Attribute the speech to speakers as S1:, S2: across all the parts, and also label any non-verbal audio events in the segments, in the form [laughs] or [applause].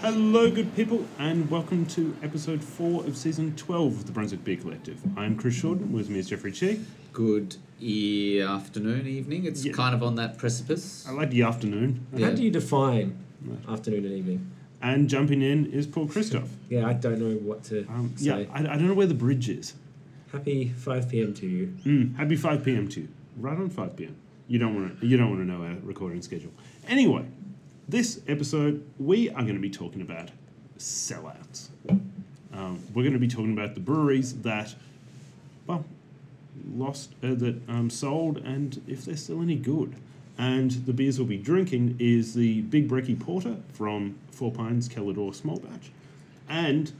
S1: Hello, good people, and welcome to episode four of season 12 of the Brunswick Beer Collective. I'm Chris Shorten, with me is Jeffrey Chi.
S2: Good e- afternoon, evening. It's
S1: Yeah.
S2: kind of on that precipice.
S1: I like the afternoon.
S2: Yeah.
S3: How do you define
S1: Right.
S3: afternoon and evening?
S1: And jumping in is Paul Christoph.
S3: Yeah, I don't know what to
S1: Um, yeah,
S3: say.
S1: I, I don't know where the bridge is.
S3: Happy 5 p.m. to you.
S1: Mm, happy 5 p.m. to you. Right on 5 p.m. You don't want to. You don't want to know our recording schedule. Anyway, this episode we are going to be talking about sellouts. Um, we're going to be talking about the breweries that, well, lost uh, that um, sold and if they're still any good. And the beers we'll be drinking is the Big Brekkie Porter from Four Pines Kellador Small Batch, and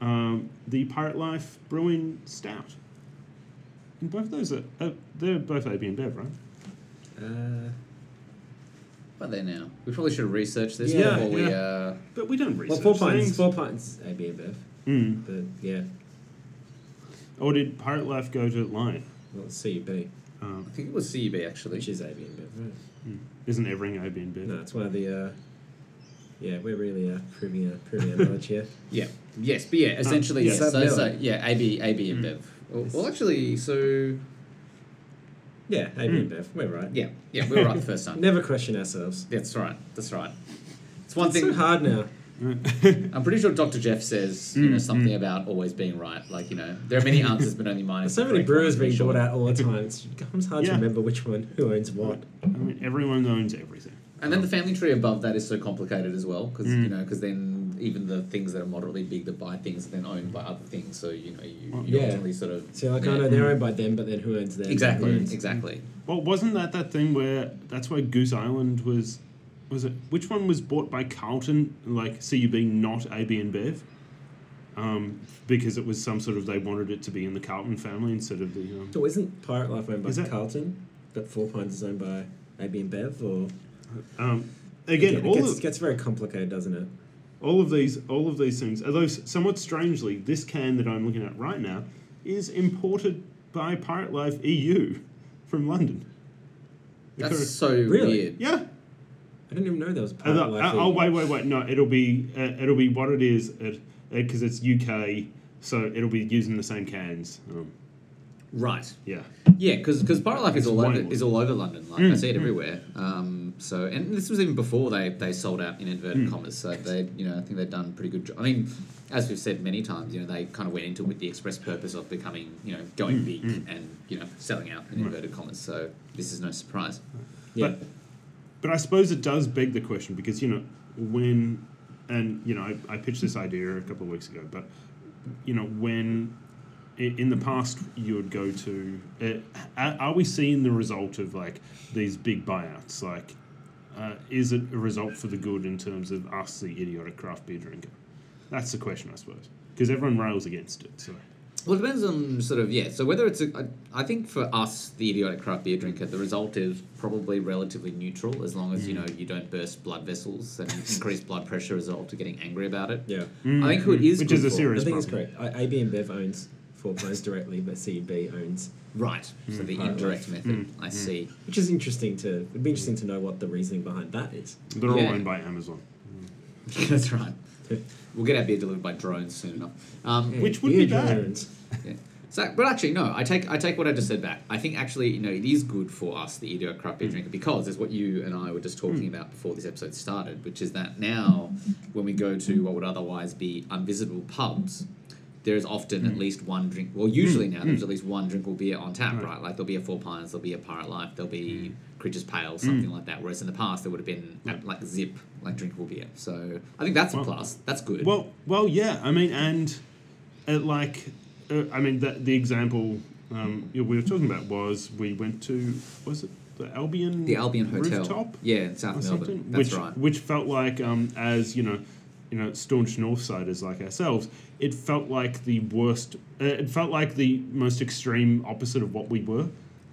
S1: um, the Pirate Life Brewing Stout. And both those are, uh, they're both AB and Bev, right?
S3: Uh,
S2: But there now. We probably should have researched this
S3: Yeah,
S2: before we.
S1: yeah.
S2: Uh,
S1: But we don't research
S3: well, four pints.
S1: things.
S3: Four pints. AB and Bev.
S1: Mm.
S3: But yeah,
S1: Or did Pirate Life go to Lion?
S3: well, it's CUB,
S1: Um,
S2: I think it was CB actually.
S3: which is AB and Bev. Right?
S1: isn't Evering AB and Bev?
S3: No, it's one of the. Uh, yeah, we're really uh, proving our, proving our knowledge here.
S2: Yeah. Yes, but yeah, essentially,
S3: Uh,
S1: yeah.
S2: so, so,
S3: Sub-Miller.
S2: yeah, AB, AB
S3: Mm.
S2: and Bev. Well, well, actually, so
S3: Yeah, AB and Bev. We're right.
S2: yeah, yeah, we were right the first
S3: [laughs]
S2: time.
S3: Never question ourselves.
S2: That's right. That's right. It's one
S3: It's
S2: thing.
S3: so hard now.
S2: I'm pretty sure Dr. Jeff says you know
S3: Mm,
S2: something about always being right. Like you know, there are
S3: [laughs]
S2: many answers, but only mine.
S3: There's
S2: is
S3: so
S2: the
S3: many
S2: correct one,
S3: brewers
S2: I'm pretty
S3: being
S2: sure.
S3: bought out all the time. It's, it becomes hard
S1: Yeah.
S3: to remember which one who owns what.
S1: I mean, everyone owns everything.
S2: And then the family tree above that is so complicated as well, because
S3: Mm.
S2: you know, because then even the things that are moderately big that buy things are then owned by other things. So you know, you,
S1: Well,
S2: you
S3: yeah.
S2: ultimately sort of
S3: So like,
S2: yeah.
S3: I know they're owned by them, but then who owns them? Hmm.
S2: exactly,
S3: Who owns-
S2: exactly.
S1: Well, wasn't that that thing where that's why Goose Island was, was it? Which one was bought by Carlton? Like CUB, not AB and Bev. Um, because it was some sort of they wanted it to be in the Carlton family instead of the. Um,
S3: So isn't Pirate Life owned by
S1: Is that-
S3: Carlton, but Four Pines is owned by AB and Bev? Or
S1: um, again,
S3: it
S1: all
S3: gets,
S1: of,
S3: gets very complicated, doesn't it?
S1: all of these all of these things although s- somewhat strangely this can that i'm looking at right now is imported by pirate life eu from london It
S2: That's
S1: could've-
S2: so
S3: Really?
S2: weird.
S1: yeah
S3: I didn't even know there was
S1: oh,
S3: Pirate
S1: no,
S3: Life. E
S1: oh, oh,
S3: in-
S1: wait wait wait no it'll be uh, it'll be what it is because it's uk so it'll be using the same cans um,
S2: Right.
S1: yeah
S2: Yeah, because Pirate Life is all over,
S1: wild.
S2: is all over London. Like I see it everywhere. Um, so and this was even before they, they sold out in inverted commas. So they you know I think they've done a pretty good job. I mean, as we've said many times, you know they kind of went into it with the express purpose of becoming you know going big and you know selling out in inverted commas. So this is no surprise.
S3: yeah.
S1: But, but I suppose it does beg the question because, you know, when, and, you know, I, I pitched this idea a couple of weeks ago, but, you know, when i- in the past you would go to, uh, are are we seeing the result of like these big buyouts? Like, uh, is it a result for the good in terms of us, the idiotic craft beer drinker? That's the question, I suppose, because everyone rails against it. So,
S2: Well, it depends on sort of yeah. So whether it's a, I, I think for us, the idiotic craft beer drinker, the result is probably relatively neutral as long as
S1: Mm.
S2: you know you don't burst blood vessels
S1: [laughs]
S2: and increase blood pressure as a result to getting angry about it.
S3: yeah.
S2: I think who it is
S1: Mm. Which
S2: good
S1: is a
S2: for-
S1: serious-
S3: I think it's
S1: problem.
S3: correct. I, AB and Bev owns Four Pines directly, but CUB owns,
S2: right?
S1: Mm.
S2: So the
S3: Right.
S2: indirect method. I see. [laughs]
S3: which is interesting to. It'd be interesting to know what the reasoning behind that is.
S1: they're all
S2: Yeah.
S1: owned by Amazon,
S2: That's right. We'll get our beer delivered by drone soon enough. Um,
S1: Which would be
S3: Beer
S1: bad.
S3: drones.
S2: Yeah. So, but actually, no. I take I take what I just said back. I think actually, you know, it is good for us, the idiot craft
S1: Mm.
S2: beer drinker, because it's what you and I were just talking about before this episode started, which is that now, when we go to what would otherwise be unvisitable pubs, there is often
S1: Mm.
S2: at least one drink. Well, usually now there's at least one drinkable beer on tap, right. Like there'll be a Four Pines, there'll be a Pirate Life,
S1: Mm.
S2: there'll be Creatures Pale, something like that. Whereas in the past there would have been uh, like Zip, like drinkable beer. So I think that's a plus. That's good.
S1: Well, well, yeah. I mean, and uh like, uh, I mean, that the example um, you know, we were talking about was we went to was it the Albion
S2: the Albion Hotel,
S1: rooftop
S2: yeah, in South
S1: or
S2: Melbourne.
S1: something,
S2: That's
S1: which
S2: right.
S1: which felt like um, as you know, you know, staunch Northsiders like ourselves, it felt like the worst. Uh, it felt like the most extreme opposite of what we were.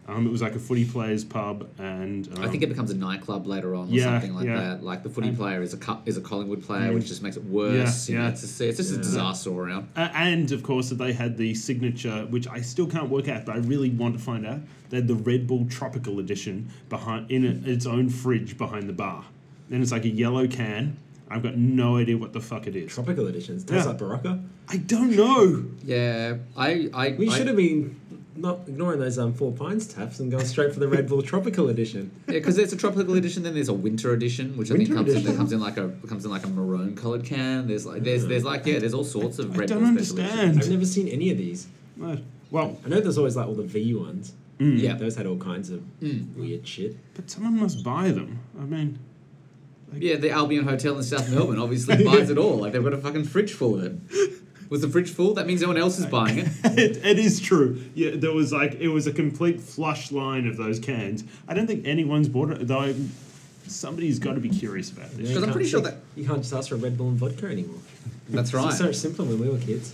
S1: Um, it was like a footy players pub, and um,
S2: I think it becomes a nightclub later on or
S1: Yeah,
S2: something like
S1: yeah. Mm.
S2: that. Like the footy player is a co- is a Collingwood player, which just makes it worse.
S1: Yeah,
S2: you know,
S1: yeah.
S2: it's, just, it's just a disaster all around.
S1: Uh, and of course, that they had the signature, which I still can't work out, but I really want to find out. They had the Red Bull Tropical Edition behind in a, its own fridge behind the bar. Then it's like a yellow can I've got no idea what the fuck it is.
S3: Tropical editions. Tastes
S1: Yeah.
S3: like Barocca.
S1: I don't know.
S2: Yeah, I, I
S3: We
S2: I-
S3: should have been not ignoring those um, Four Pines taps and going straight for the Red Bull Tropical Edition.
S2: Yeah, because there's a tropical edition, then there's a winter edition, which I
S1: Winter
S2: think comes in,
S1: edition?
S2: that comes in like a comes in like a maroon coloured can. There's like there's there's like yeah, there's all sorts of
S1: I
S2: red
S1: don't
S2: Bull special
S1: understand.
S3: I've never seen any of these.
S1: No. Well,
S3: I know there's always like all the V ones.
S2: editions. Yeah.
S3: Those had all kinds of
S2: Hmm.
S3: weird shit.
S1: but someone must buy them. I mean, [laughs] Hmm.
S2: Yeah, the Albion Hotel in South
S1: [laughs]
S2: Melbourne obviously buys it all. Like they've got a fucking fridge full of it. Was the fridge full? That means no one else is buying it.
S1: it, it is true. Yeah, there was like it was a complete flush line of those cans. I don't think anyone's bought it though. Somebody's got to be curious about this.
S3: You know, you
S2: Because I'm
S3: can't-
S2: pretty sure that-
S3: you can't just ask for a Red Bull and vodka anymore.
S1: [laughs]
S2: That's right.
S3: It's so much simpler when we were kids.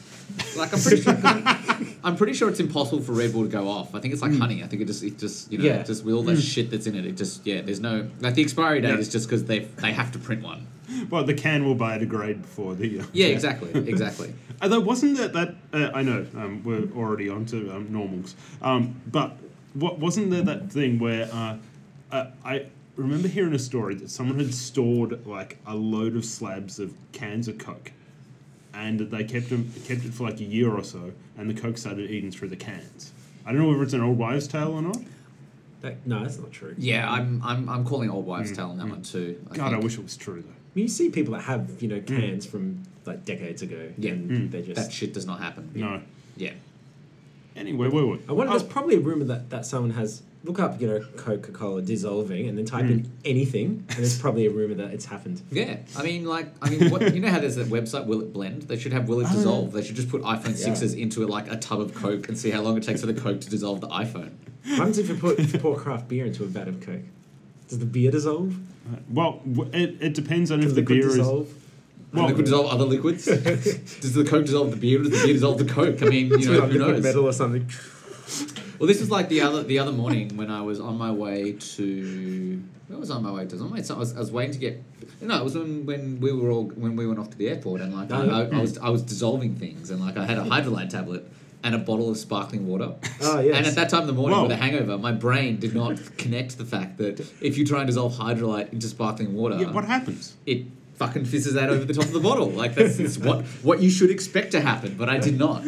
S2: Like I'm pretty sure [laughs] I'm pretty sure it's impossible for Red Bull to go off. I think it's like honey. I think it just it just you know
S3: Yeah.
S2: just with all that shit that's in it. It just yeah. There's no like the expiry date
S1: Yeah.
S2: is just because they they have to print one.
S1: Well, the can will biodegrade before the. Uh,
S2: Yeah, exactly, exactly.
S1: Although wasn't that that uh, I know um, we're already on to um, normals, um, but what wasn't there that thing where uh, uh, I remember hearing a story that someone had stored like a load of slabs of cans of Coke, and that they kept them kept it for like a year or so, and the Coke started eating through the cans. I don't know whether it's an old wives' tale or not.
S3: That, no, that's not true.
S2: [laughs] Yeah, I'm I'm I'm calling old wives' tale on that one too. I
S1: God,
S2: think.
S1: I wish it was true though.
S3: I mean, you see people that have you know cans from like decades ago.
S2: Hmm. Yeah. Hmm.
S3: and they just.
S2: that shit does not happen.
S1: No.
S2: Yeah.
S1: Anyway, where were we?
S3: I wonder.
S1: Oh,
S3: There's probably a rumor that, that someone has look up you know Coca Cola dissolving and then type
S2: Hmm.
S3: in anything, and there's probably a rumor that it's
S2: [laughs]
S3: happened.
S2: Yeah, I mean, like, I mean, what, you know how there's that website, Will It Blend? They should have Will It Dissolve. They should just put iPhone
S3: Yeah.
S2: sixes into like a tub of Coke and see how long it takes for the Coke to dissolve the iPhone.
S3: What happens if you put if you pour craft beer into a vat of Coke? Does the beer dissolve?
S1: well, w- it, it depends on if the
S3: liquid
S1: beer is.
S3: dissolve?
S2: Does
S1: Well-
S2: the liquid dissolve
S1: [laughs]
S2: other liquids? does the Coke dissolve the beer? Or does the beer dissolve the Coke? I mean, you know, who knows?
S3: or something.
S2: Well, this is like the other the other morning when I was on my way to where was I on my way to? I was, on my way- so I was, I was waiting to get no, it was when, when we were all when we went off to the airport and like I,
S1: Oh.
S2: I, I was I was dissolving things and like I had a hydrolyte tablet and a bottle of sparkling water.
S3: Oh, yes.
S2: And at that time in the morning
S1: Ah, Wow.
S2: with a hangover, my brain did not connect the fact that if you try and dissolve hydrolyte into sparkling water,
S1: Yeah, what happens?
S2: it fucking fizzes out over the top of the bottle. Like that's it's what what you should expect to happen, but I did not.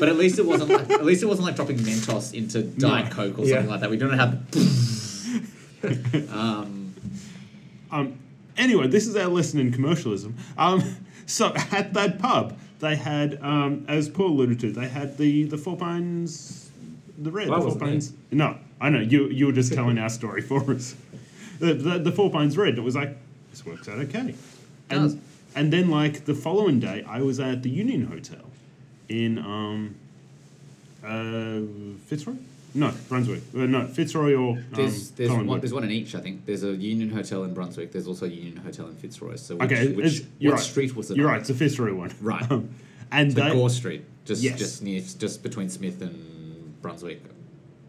S2: But at least it wasn't like at least it wasn't like dropping Mentos into Diet Coke or
S3: Yeah.
S2: something like that. We don't have um,
S1: Um, anyway, this is our lesson in commercialism. Um, [laughs] so at that pub, they had, um, as Paul alluded to, they had the the four pines, the red,
S3: Well, I
S1: the four
S3: wasn't
S1: pines. No, I know you you were just telling our story for [laughs] us. The, the, the four pines red. It was like this works out okay. And
S2: Does.
S1: and then like the following day, I was at the Union Hotel, in um, uh, Fitzroy. No, Brunswick. Uh, no, Fitzroy or um,
S2: [laughs] there's there's one
S1: Collingwood.
S2: there's one in each, I think. There's a Union Hotel in Brunswick, there's also a Union Hotel in Fitzroy. So which,
S1: Okay,
S2: which
S1: it's- you're
S2: what
S1: right.
S2: street was it?
S1: You're
S2: on?
S1: right. It's a Fitzroy one.
S2: [laughs]
S1: [laughs]
S2: Right.
S1: Um, and
S2: So
S1: they,
S2: Gore Street. Just
S1: Yes.
S2: just near just between Smith and Brunswick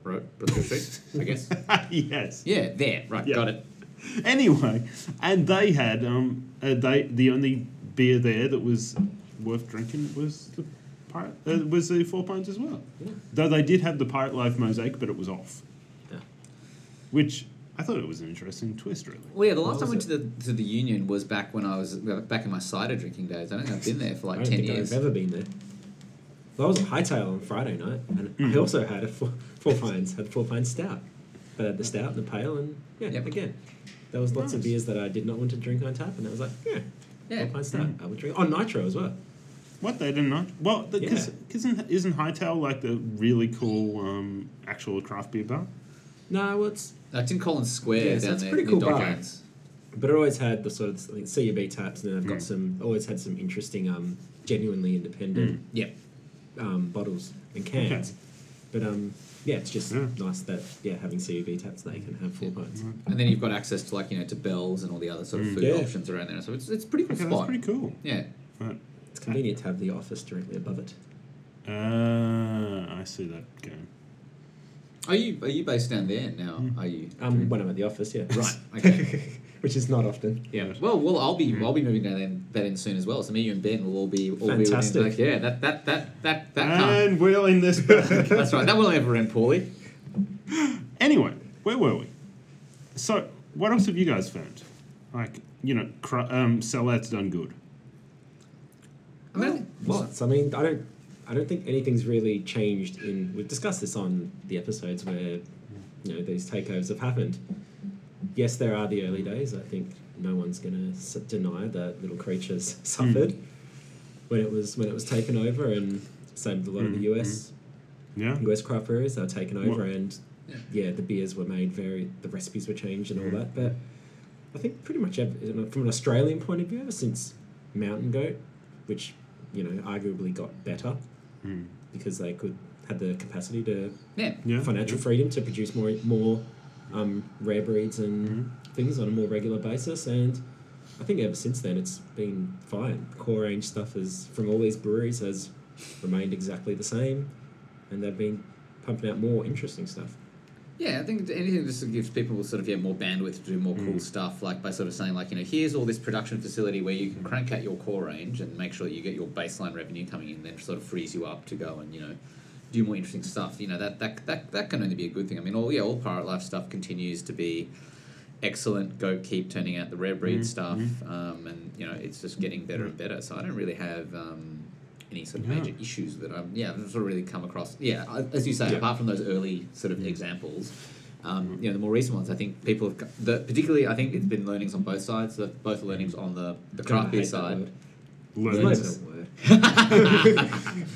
S2: Road. Brunswick Street, I
S1: [laughs]
S2: guess.
S1: [laughs] yes.
S2: Yeah, there. Right,
S1: Yeah.
S2: got it.
S1: Anyway, and they had um, uh, they the only beer there that was worth drinking was the pirate uh, was the Four Pines as well.
S3: Yeah.
S1: Though they did have the Pirate Life mosaic, but it was off,
S3: Yeah.
S1: which I thought it was an interesting twist, really.
S2: Well, yeah, the last
S3: What
S2: time I went
S3: was
S2: to the to the union was back when I was back in my cider drinking days. I don't think I've been there for
S3: I
S2: like
S3: don't
S2: ten
S3: think
S2: years.
S3: I've ever been there. Well, I was at Hightail on Friday night, and
S1: Mm.
S3: I also had a four, four pines, had four pines stout. But I had the stout and the pale, and yeah,
S2: Yep.
S3: again, there was lots of
S1: Nice.
S3: beers that I did not want to drink on tap, and I was like, yeah,
S2: Yeah. Mm.
S3: four pines stout, I would drink. On nitro as well.
S1: What they didn't know? Well, because
S3: Yeah.
S1: isn't isn't Hightail like the really cool um, actual craft beer bar?
S3: No, well, it's
S2: That's Uh, in Collins Square
S3: Yes,
S2: down
S3: that's
S2: there.
S3: pretty
S2: near
S3: cool
S2: Dock
S3: bar.
S2: Jones.
S3: but it always had the sort of I think CUB taps, and then I've got
S1: Mm.
S3: some always had some interesting, um, genuinely independent
S2: Yep.
S3: um, bottles and cans.
S1: Mm. Okay.
S3: But um, yeah, it's just
S1: Yeah. Mm-hmm.
S3: nice that yeah, having CUB taps, they can have four pints.
S2: And then you've got access to like you know to Bell's and all the other sort of food
S3: Mm, Yeah.
S2: options around there. So it's it's a pretty cool
S1: Okay, that's
S2: spot.
S1: pretty cool.
S2: Yeah.
S1: Right.
S3: It's convenient to have the office directly above it.
S1: Uh, I see that game.
S2: Are you are you based down there now? Are you?
S3: Um, when I'm at the office, yeah.
S2: Right. Okay.
S3: [laughs] Which is not often. [laughs]
S2: Yeah. Well, well, I'll
S3: Mm-hmm.
S2: be I'll be moving down there, that in soon as well. So me, you, and Ben will all be all Be within,
S3: Fantastic.
S2: like, yeah. That that that that that. can't-
S1: And we'll in this
S2: [laughs]
S1: back.
S2: That's right. That will ever end poorly.
S1: anyway, where were we? So, what else have you guys found? Like, you know, cr- um, sellout's done good.
S2: I mean,
S3: Lots. I mean, I don't. I don't think anything's really changed. In we've discussed this on the episodes where you know these takeovers have happened. Yes, there are the early days. I think no one's going to s- deny that little creatures [laughs] suffered when it was when it was taken over, and same with a lot of the US
S1: Yeah.
S3: US craft breweries. They were taken over,
S1: Well-
S3: and yeah, the beers were made very. The recipes were changed and all
S1: Mm.
S3: that. But I think pretty much ever, you know, from an Australian point of view, ever since Mountain Goat, which you know arguably got better
S1: Mm.
S3: because they could had the capacity to
S2: yeah.
S1: Yeah.
S3: financial
S1: yeah.
S3: freedom to produce more more um, rare breeds and things on a more regular basis. And I think ever since then, it's been fine. The core range stuff is from all these breweries has remained exactly the same, and they've been pumping out more interesting stuff.
S2: Yeah, I think anything that just gives people sort of yeah more bandwidth to do more cool stuff, like by sort of saying like you know here's all this production facility where you can crank out your core range and make sure that you get your baseline revenue coming in, then sort of frees you up to go and you know do more interesting stuff. You know that that that, that can only be a good thing. I mean, all yeah, all pirate life stuff continues to be excellent. Go keep turning out the rare
S1: Mm-hmm.
S2: breed stuff, um, and you know it's just getting better and better. So I don't really have. Um, any sort of
S1: Yeah.
S2: major issues that I'm, yeah, I've sort of really come across. Yeah, I- as you say,
S3: Yeah.
S2: apart from those early sort of examples,
S1: Mm-hmm.
S2: um, you know, the more recent ones, I think people have, c- the, particularly, I think it's been learnings on both sides, the, both learnings on the, the craft beer
S3: hate that
S2: side.
S3: word.
S1: Learning.
S3: Learning's not a word.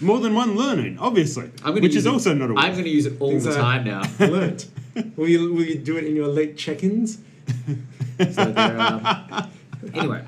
S1: More than one learning, obviously,
S2: I'm gonna
S1: which
S2: use
S1: is
S2: it-
S1: also not a
S2: I'm
S1: word.
S2: going to use it all
S3: Things
S2: the
S3: are-
S2: time now.
S3: Learnt. will you will you do it in your late check-ins?
S2: [laughs] So there are, anyway.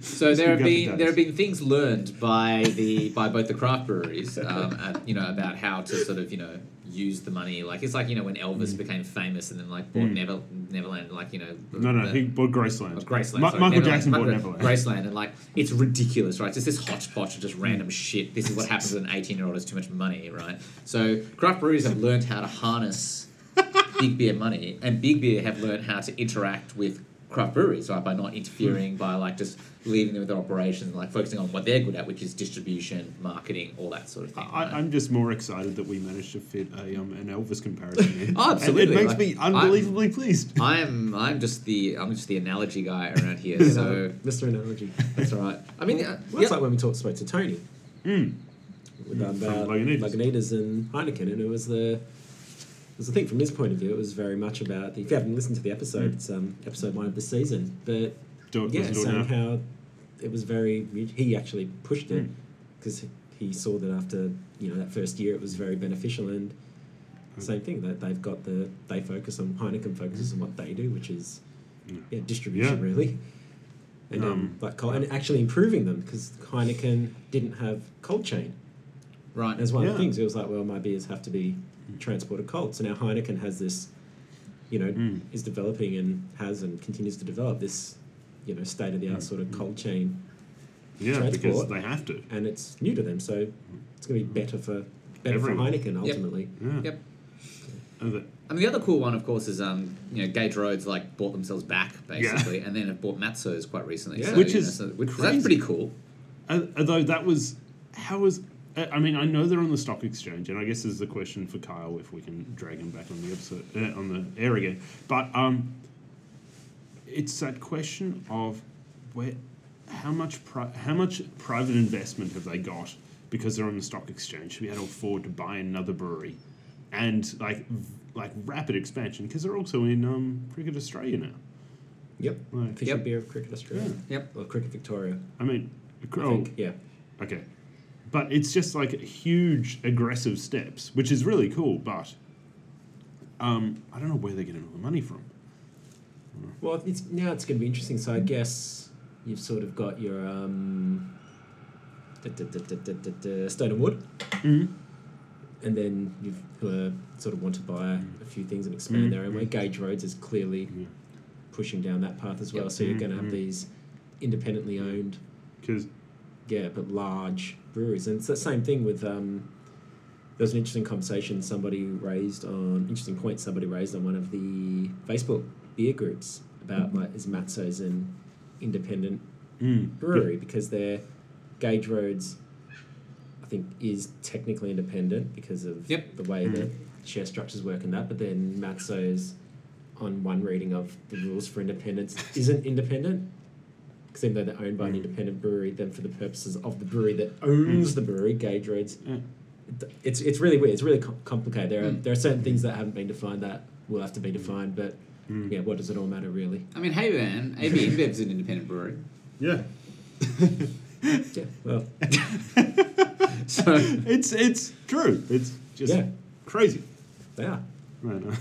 S2: So there have
S1: good
S2: been
S1: days.
S2: there have been things learned by the by both the craft
S1: [laughs]
S2: breweries, um, at, you know, about how to sort of you know use the money. Like it's like you know when
S1: Mm.
S2: Elvis became famous and then like bought Never Neverland, like you know.
S1: No, no,
S2: the-
S1: he bought Graceland.
S2: Of Oh, Graceland.
S1: Ma-
S2: sorry,
S1: Michael
S2: Neverland.
S1: Jackson bought
S2: Michael-
S1: Neverland.
S2: Graceland, and like it's ridiculous, right? It's this hodgepodge of just random shit. This is what happens when an eighteen-year-old has too much money, right? So craft breweries have learned how to harness big beer money, and big beer have learned how to interact with craft breweries, right? By not interfering, by like just leaving them with their operations, like focusing on what they're good at, which is distribution, marketing, all that sort of thing.
S1: I,
S2: right?
S1: I'm just more excited that we managed to fit a, um, an Elvis
S2: [laughs]
S1: comparison in.
S2: Oh, absolutely,
S1: It, makes
S2: like,
S1: me
S2: I'm-
S1: unbelievably pleased.
S2: I'm I'm just the I'm just the analogy guy
S1: [laughs]
S2: around here, so
S3: Mr. Analogy.
S2: that's all right. I mean, uh,
S3: Well,
S2: yeah.
S3: that's like when we talked spoke to Tony.
S1: Hmm.
S3: With, um,
S1: Mm, From
S3: about
S1: Lagunitas.
S3: Lagunitas. and Heineken, and it was the it was the thing from his point of view. It was very much about the, if you haven't listened to the
S1: Mm.
S3: episode, it's um, episode one of the season. But
S1: Do it,
S3: yeah,
S1: let's do it now.
S3: somehow it was very he actually pushed it
S1: Mm.
S3: because he saw that after you know that first year it was very beneficial and
S1: Mm.
S3: same thing that they've got the they focus on Heineken focuses on what they do, which is
S1: Yeah.
S3: yeah, distribution
S1: Yeah.
S3: really. And, um,
S1: Um,
S3: like Col- and actually improving them because Heineken didn't have cold chain.
S2: right.
S3: As one of
S1: Yeah.
S3: the things, it was like, well, my beers have to be transported cold. So now Heineken has this, you know, is developing and has and continues to develop this, you know, state of the art sort of cold chain,
S1: Yeah, because
S3: transport.
S1: they have to.
S3: and it's new to them. So it's going to be better for better
S1: Everyone.
S3: for Heineken ultimately.
S1: Yeah.
S2: Yep.
S1: And that-
S2: I mean, the other cool one, of course, is um, you know, Gage Roads like bought themselves back basically, and then have bought Matso's quite recently.
S3: Yeah.
S2: so,
S1: Which
S2: you
S1: is
S2: know, so, which,
S1: crazy.
S2: that's pretty cool.
S1: Uh, although that was how was uh, I mean I know they're on the stock exchange and I guess this is a question for Kyle if we can drag him back on the episode uh, on the air again but um it's that question of where how much pri- how much private investment have they got because they're on the stock exchange to be able to afford to buy another brewery and like v- like rapid expansion because they're also in um, cricket Australia now
S3: Yep.
S1: Right.
S3: Official
S2: Yep.
S3: beer of Cricket Australia.
S2: Yep.
S3: Or Cricket Victoria.
S1: I mean
S3: I
S1: oh,
S3: think. Yeah.
S1: Okay. But it's just like huge aggressive steps, which is really cool, but um, I don't know where they're getting all the money from.
S3: Well, it's now it's going to be interesting. So I guess you've sort of got your um, da, da, da, da, da, da, da, Stone and Wood, and then you've who are sort of want to buy a few things and expand their own way. Gage Roads is clearly pushing down that path as well.
S2: Yep.
S3: So you're going to have these independently owned,
S1: Because
S3: yeah, but large breweries, and it's the same thing with. Um, there was an interesting conversation somebody raised on interesting point somebody raised on one of the Facebook beer groups about like is Matzo's an independent brewery because their Gage Roads I think is technically independent because of
S2: Yep.
S3: the way that share structures work and that, but then Matzo's on one reading of the rules for independence isn't independent. Because even though they're owned by an independent brewery, then for the purposes of the brewery that owns the brewery, Gage Roads,
S1: Mm.
S3: it- it's it's really weird. It's really com- complicated. There are there are certain things that haven't been defined that will have to be defined. But yeah, what does it all matter really?
S2: I mean, hey man, [laughs] AB InBev's an independent brewery,
S1: Yeah.
S3: Yeah, well,
S2: [laughs] so
S1: [laughs] It's it's true. It's just
S3: Yeah.
S1: crazy.
S3: they are.
S1: I know.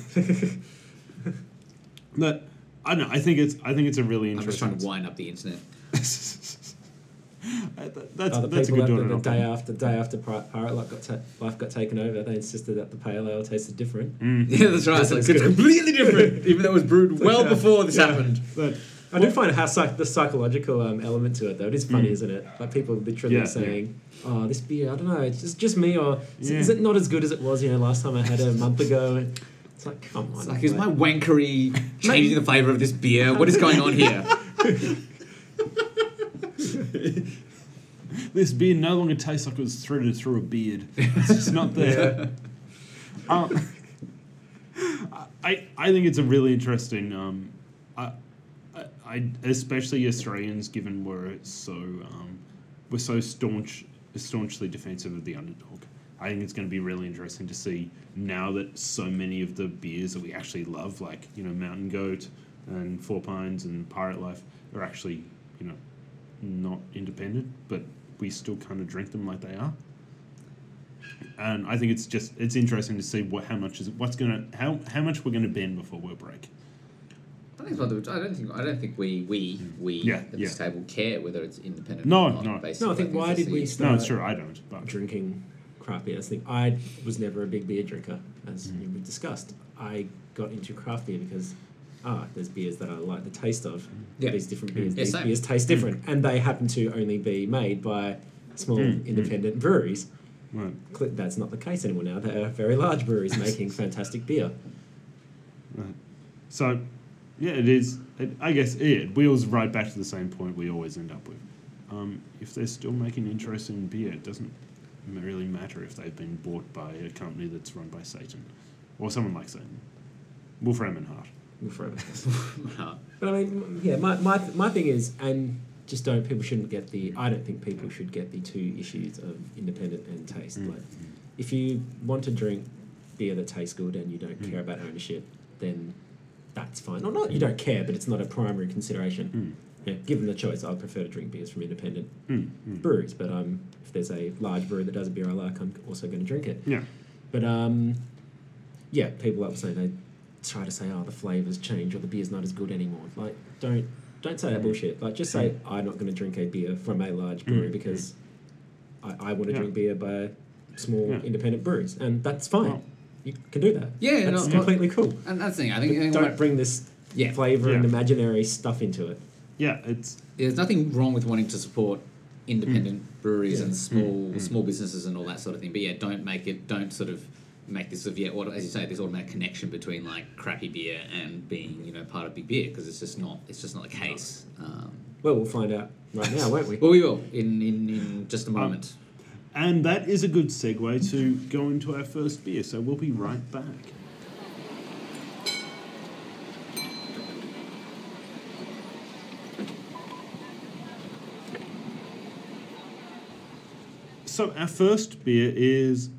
S1: [laughs] but I don't know. I think it's I think it's a really
S2: I'm just
S1: interesting.
S2: trying to wind up the internet. [laughs]
S1: I- [laughs] that- that's
S3: Other
S1: that's a
S3: people
S1: good
S3: out
S1: door
S3: there,
S1: to
S3: the
S1: knock
S3: day
S1: on.
S3: after day after Pirate, Pirate Life got ta- Life got taken over, they insisted that the pale ale tasted different.
S1: Mm.
S2: Yeah, that's right. It's, like,
S3: That's
S2: it's
S3: good.
S2: completely
S1: [laughs]
S2: different, even though it was brewed well
S3: yeah.
S2: before this
S3: Yeah.
S2: happened.
S1: But
S3: I do find how psych- the psychological um, element to it though. It is funny, isn't it? Like people literally
S1: Mm. Yeah,
S3: saying, "Oh, this beer, I don't know, it's just, just me, or is,
S1: Yeah.
S3: is it not as good as it was? You know, last time I had it a month ago." And it's like, come on,
S2: It's like, is my
S3: mate.
S2: [laughs] wankery changing the flavour of this beer? What is going on [laughs] here?
S1: this beer no longer tastes like it was threaded through a beard. It's just not there. Um, I I think it's a really interesting. Um, I, I- I especially Australians, given we're so um, we're so staunch staunchly defensive of the underdog. I think it's going to be really interesting to see now that so many of the beers that we actually love, like you know Mountain Goat and Four Pines and Pirate Life, are actually you know not independent, but we still kind of drink them like they are. And I think it's just it's interesting to see what how much is what's gonna how how much we're gonna bend before we'll break.
S2: I think it's one of the- I don't think I don't think we we we
S1: Yeah,
S2: at this table care whether it's independent.
S1: No,
S2: or not,
S1: no.
S2: basically.
S3: No, I think why
S2: that's
S3: did
S2: the-
S3: we
S1: No,
S3: start
S1: it's true. I don't. But
S3: drinking craft beer? I think I was never a big beer drinker, as we've discussed. I got into craft beer because ah, there's beers that I like the taste of.
S2: Yeah.
S3: These different beers,
S2: Yeah,
S3: these
S2: same.
S3: beers taste different, and they happen to only be made by small
S1: Mm, mm.
S3: independent breweries.
S1: right,
S3: Cl- That's not the case anymore now. There are very large breweries making fantastic beer.
S1: right. So yeah, it is. It, I guess yeah, it wheels right back to the same point we always end up with. Um, if they're still making interesting beer, it doesn't m- really matter if they've been bought by a company that's run by Satan or someone like Satan, Wolfram and Hart.
S3: We'll forever.
S2: No.
S3: [laughs] But I mean, m- yeah, my, my, my thing is, and just don't, people shouldn't get the, I don't think people should get the two issues of independent and taste.
S1: Mm,
S3: Like, if you want to drink beer that tastes good and you don't care about ownership, then that's fine. Or not, you don't care, but it's not a primary consideration.
S1: Mm,
S3: Yeah, given the choice, I'd prefer to drink beers from independent
S1: mm, mm.
S3: breweries, but um, if there's a large brewer that does a beer I like, I'm also going to drink it.
S1: Yeah.
S3: But um, yeah, people up saying they try to say, "Oh, the flavors change, or the beer's not as good anymore." Like, don't don't say
S2: Mm-hmm.
S3: that bullshit. Like, just say, "I'm not going to drink a beer from a large brewery
S2: Mm-hmm.
S1: Mm.
S3: because I, I want to
S1: Yeah.
S3: drink beer by small
S1: Yeah.
S3: independent breweries," and that's fine.
S1: Well-
S3: you can do that.
S2: Yeah,
S3: that's
S2: no,
S3: completely cool.
S2: [laughs] And that's the thing. I think, I
S3: But
S2: think
S3: don't
S2: what-
S3: bring this
S2: Yeah.
S3: flavor and
S1: Yeah.
S3: imaginary stuff into it.
S1: Yeah, it's
S2: there's nothing wrong with wanting to support independent breweries
S3: Yeah.
S2: and small small businesses and all that sort of thing. But yeah, don't make it. Don't sort of make this sort of yeah, auto, as you say, this automatic connection between like crappy beer and being you know part of big beer because it's just not. It's just not the case. Um,
S3: Well, we'll find out right now, won't we?
S2: well, we will in in, in just a moment.
S1: And that is a good segue to go into our first beer, so we'll be right back. So our first beer is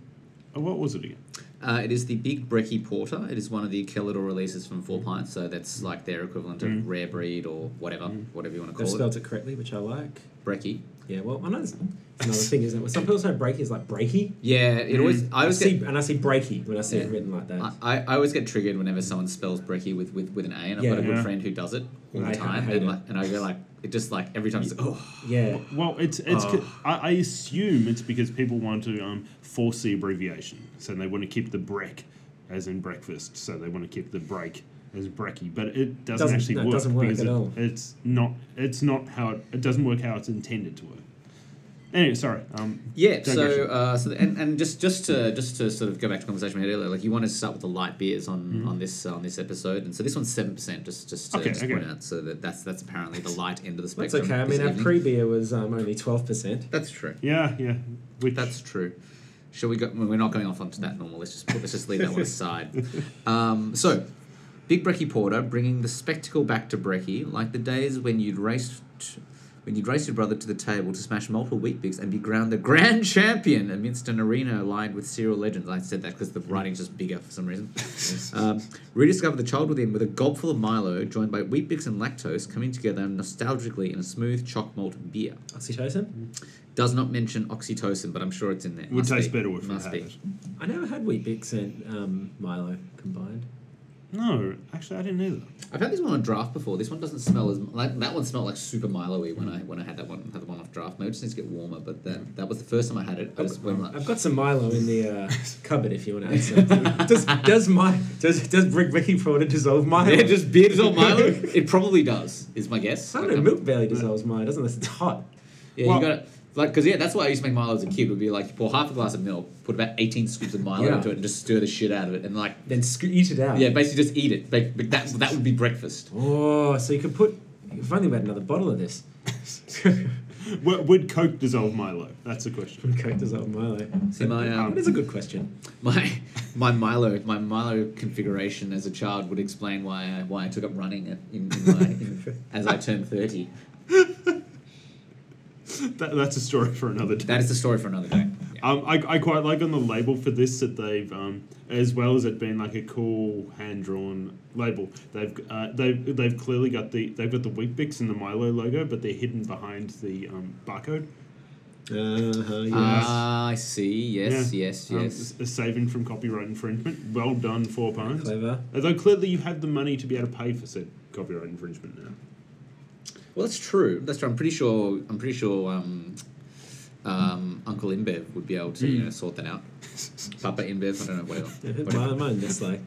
S1: oh, what was it again?
S2: Uh, it is the Big Brekkie Porter. It is one of the Kellador releases from Four Pints, so that's like their equivalent of Rare Breed or whatever, whatever you want to
S3: They've
S2: call it.
S3: spelled it correctly, which I like.
S2: Brekkie.
S3: Yeah, well, I know there's another thing is that when some people say breaky, it's like breaky.
S2: Yeah, it always. I
S3: I
S2: always
S3: see,
S2: get.
S3: and I see breaky when I see
S2: Yeah.
S3: it written like that.
S2: I, I I always get triggered whenever someone spells brekkie with, with, with an A, and I've got
S1: Yeah.
S2: a good
S1: Yeah.
S2: friend who does it all
S3: I
S2: the
S3: ha-
S2: time,
S3: hate
S2: and,
S3: it.
S2: like, and I go like, it just like every time, it's like, oh,
S3: yeah,
S1: Well, it's it's I, I assume it's because people want to um, force the abbreviation, so they want to keep the break as in breakfast, so they want to keep the break as brekkie, but it doesn't,
S3: Doesn't-
S1: actually
S3: no, it
S1: work
S3: doesn't work
S1: because
S3: at
S1: it-
S3: all.
S1: it's not it's not how it, it doesn't work how it's intended to work. Anyway, sorry. Um,
S2: yeah. So,
S1: digression.
S2: uh, so the- and, and just just to just to sort of go back to the conversation we had earlier, like you wanted to start with the light beers on,
S3: Mm-hmm.
S2: on this on this episode, and so this one's seven percent. Just just to
S1: Okay,
S2: just
S1: okay.
S2: point out, so that that's that's apparently the light end of the
S3: that's
S2: spectrum.
S3: okay. I
S2: this
S3: mean, our
S2: evening.
S3: pre beer was um, only twelve percent.
S2: that's true.
S1: yeah, yeah. Which
S2: That's true. Shall we go? well, We're not going off onto that normal. Let's just put, let's just leave that one aside. Um, so, Big Brekkie Porter bringing the spectacle back to Brekkie, like the days when you'd race, t- when you'd race your brother to the table to smash multiple wheat bigs and be crowned the grand [laughs] champion amidst an arena lined with serial legends. I said that because the writing's just bigger for some reason. um, rediscover the child within with a gobful of Milo, joined by wheat bigs and lactose, coming together nostalgically in a smooth chalk malt beer.
S3: Oxytocin?
S2: Does not mention oxytocin, but I'm sure it's in there.
S1: It would
S2: Must
S1: taste
S2: be.
S1: better if we
S2: Must
S1: had
S2: be.
S1: it.
S3: I never had Wheat Bix and um, Milo combined.
S1: No, actually, I didn't either.
S2: I've had this one on draft before. This one doesn't smell as like that one smelled like super Milo-y when I when I had that one had the one off draft. Maybe it just needs to get warmer, but that that was the first time I had it. I just went like,
S3: I've got some Milo in the uh,
S2: [laughs]
S3: cupboard if you want to add something. does does my does does Brick Ricky Porter dissolve Milo?
S2: [laughs] yeah, just
S1: [laughs]
S2: beer dissolved Milo.
S3: [laughs]
S2: it probably does, is my guess.
S3: I don't
S2: Like,
S3: know.
S2: I'm-
S3: Milk Belly dissolves Milo, doesn't it? It's hot.
S2: Yeah,
S1: Well-
S2: you got to like because yeah, that's why I used to make Milo as a kid. Would be like you pour half a glass of milk, put about eighteen scoops of Milo
S3: Yeah.
S2: into it, and just stir the shit out of it, and like
S3: Then sc- eat it out.
S2: yeah, basically just eat it. Like, but that that would be breakfast.
S3: Oh, so you could put. If only we had another bottle of this. [laughs]
S1: W- would Coke dissolve Milo? That's the question. [laughs]
S3: Coke dissolved Milo.
S2: See my um,
S3: That is a good question.
S2: my my Milo my Milo configuration as a child would explain why I, why I took up running at, in, in my, in, as I turned thirty.
S1: That, that's a story for another day.
S2: That is the story for another day. Yeah.
S1: Um, I, I quite like on the label for this that they've, um, as well as it being like a cool hand drawn label, they've uh, they've they've clearly got the they've got the Wheat Bix and the Milo logo, but they're hidden behind the um, barcode.
S3: Uh-huh,
S2: Ah, I see. Yes, yes,
S1: Um,
S2: yes.
S1: s- uh, saving from copyright infringement. Well done, Four Pines.
S3: Clever.
S1: Although clearly you have the money to be able to pay for said copyright infringement now.
S2: well, that's true. That's true. I'm pretty sure. I'm pretty sure. Um, um, Uncle Imbev would be able to you know sort that out. Papa Imbev. I don't know whatever. whatever.
S3: Milo, mine, that's like.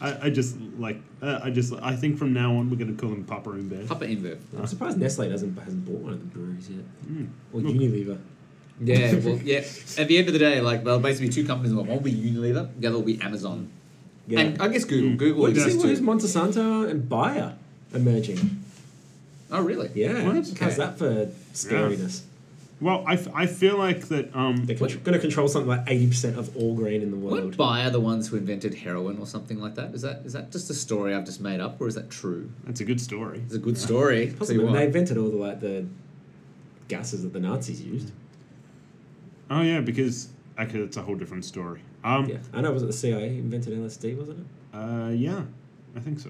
S1: I, I just like uh, I just I think from now on we're going to call him Papa and Bear.
S2: Papa Imbev.
S3: I'm surprised Nestle doesn't hasn't bought one of the breweries yet,
S2: Hmm.
S1: Mm.
S3: or Unilever.
S2: Yeah, well, yeah. At the end of the day, like there'll basically be two companies. One will be Unilever. The other will be Amazon.
S3: Yeah.
S2: And uh, I guess Google. Google
S3: Look,
S2: exists
S3: see
S2: too.
S3: where's Monsanto and Bayer emerging.
S2: Oh, really?
S3: Yeah,
S1: What?
S2: Okay.
S3: how's that for scariness?
S1: Well, I, f- I feel like that um
S3: They're going to control something like eighty percent of all grain in the
S2: Weren't
S3: world.
S2: Bayer the ones who invented heroin or something like that? Is that is that just a story I've just made up, or is that true?
S1: that's a good story.
S2: It's a good story. tell you
S3: Possibly,
S2: what.
S3: they invented all the like the gases that the Nazis used.
S1: Oh yeah, because okay, that's a whole different story.
S2: Hmm.
S1: Um,
S3: Yeah, I know. Was it the CIA invented LSD? Wasn't it?
S1: uh, yeah, I think so.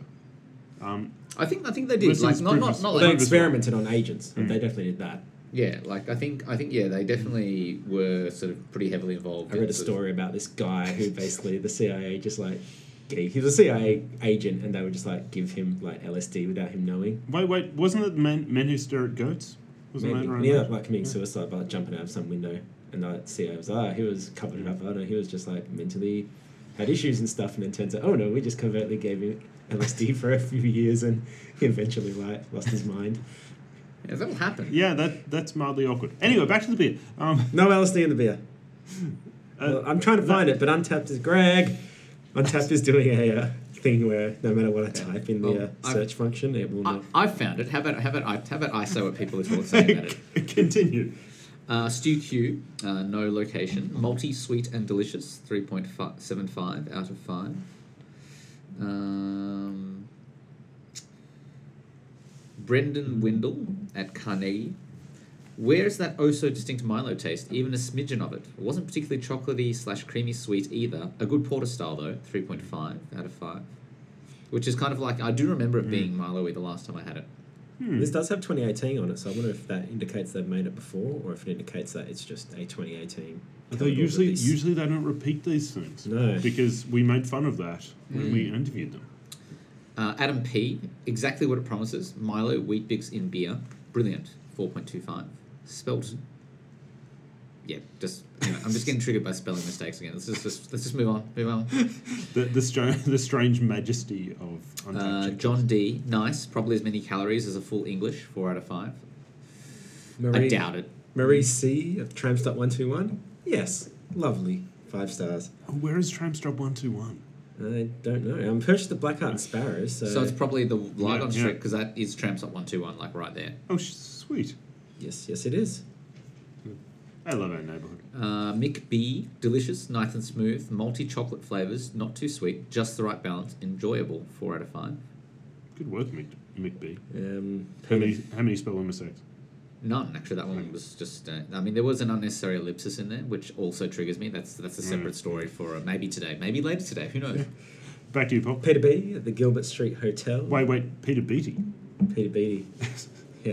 S1: Um,
S2: I think I think they did.
S1: Listen,
S2: like
S1: it's
S2: not not
S1: previous-
S2: not
S3: Well, they
S2: like
S1: Previous one.
S3: experimented on agents.
S2: Hmm.
S3: and They definitely did that.
S2: yeah. Like I think I think yeah. They definitely were sort of pretty heavily involved.
S3: I
S2: in
S3: read a
S2: sort of-
S3: story about this guy [laughs] who basically the CIA just like he was a CIA agent and they would just like give him like LSD without him knowing.
S1: wait, wait, wasn't it the men, men who stare at goats? Wasn't
S3: Maybe.
S1: that
S3: And
S1: right?
S3: he ended up like committing suicide by like, jumping out of some window. And the CEO was like, oh, he was covered it up. I know he was just like mentally had issues and stuff. And then turns out, oh no, we just covertly gave him LSD for a few years and he eventually like lost his mind.
S2: Yeah, that'll happen.
S1: Yeah, that that's mildly awkward. Anyway, back to the beer. Um,
S3: No LSD in the beer.
S1: uh,
S3: well, I'm trying to find it, but Untapped is Greg. Untapped is doing a uh, thing where no matter what I type in the
S2: Well,
S3: uh,
S2: I've-
S3: search function, it will
S2: I,
S3: not.
S2: I found it. How about how about I how about ISO at people who talk saying about
S3: [laughs]
S2: it?
S1: [laughs] continue.
S2: Uh, Stew Q, uh, no location. Multi sweet and delicious, 3.75 out of 5. Um, Brendan Windle at Carnegie. Where is that oh so distinct Milo taste? Even a smidgen of it. It wasn't particularly chocolatey slash creamy sweet either. A good porter style though, 3.5 out of 5. Which is kind of like, I do remember it being Milo-y the last time I had it.
S3: Hmm. This does have 2018 on it, so I wonder if that indicates they've made it before or if it indicates that it's just a 2018.
S1: Although
S3: capital
S1: usually
S3: release.
S1: usually they don't repeat these things.
S3: No. Hmm.
S1: Because we made fun of that when we interviewed them.
S2: Uh, Adam P. Exactly what it promises. Milo wheat bix in beer. Brilliant. Four point two five. Spelt. Yeah, just anyway, I'm just getting triggered by spelling mistakes again. Let's just, just let's just move on. Move on.
S1: The the, stra- [laughs] the strange majesty of untapped
S2: Uh,
S1: chicken.
S2: John D. Nice. Probably as many calories as a full English. Four out of five. I
S3: Marie,
S2: doubt it.
S3: Marie C. of Tramstop121? Yes. Lovely. Five stars.
S1: Oh, Where is Tramstrop one two one?
S3: I don't know. I'm purchased the Blackheart and Sparrows, so,
S2: So it's probably the Lygon
S1: yeah.
S2: yeah, because that is tramps up one two one like right there.
S1: Oh, sh- sweet.
S3: yes, yes, it is.
S1: I love our neighborhood.
S2: Uh, Mick B, delicious, nice and smooth, multi chocolate flavors, not too sweet, just the right balance, enjoyable. Four out of five.
S1: Good work, Mick, Mick B.
S3: Um,
S1: How many, how many spelling mistakes?
S2: None, actually. That one was just. Uh, I mean, there was an unnecessary ellipsis in there, which also triggers me. That's that's a separate story for uh, maybe today, maybe later today. Who knows?
S1: Back to you, Paul.
S3: Peter Beattie at the Gilbert Street Hotel.
S1: Wait, wait, Peter Beattie. [laughs]
S3: Peter Beattie. yeah.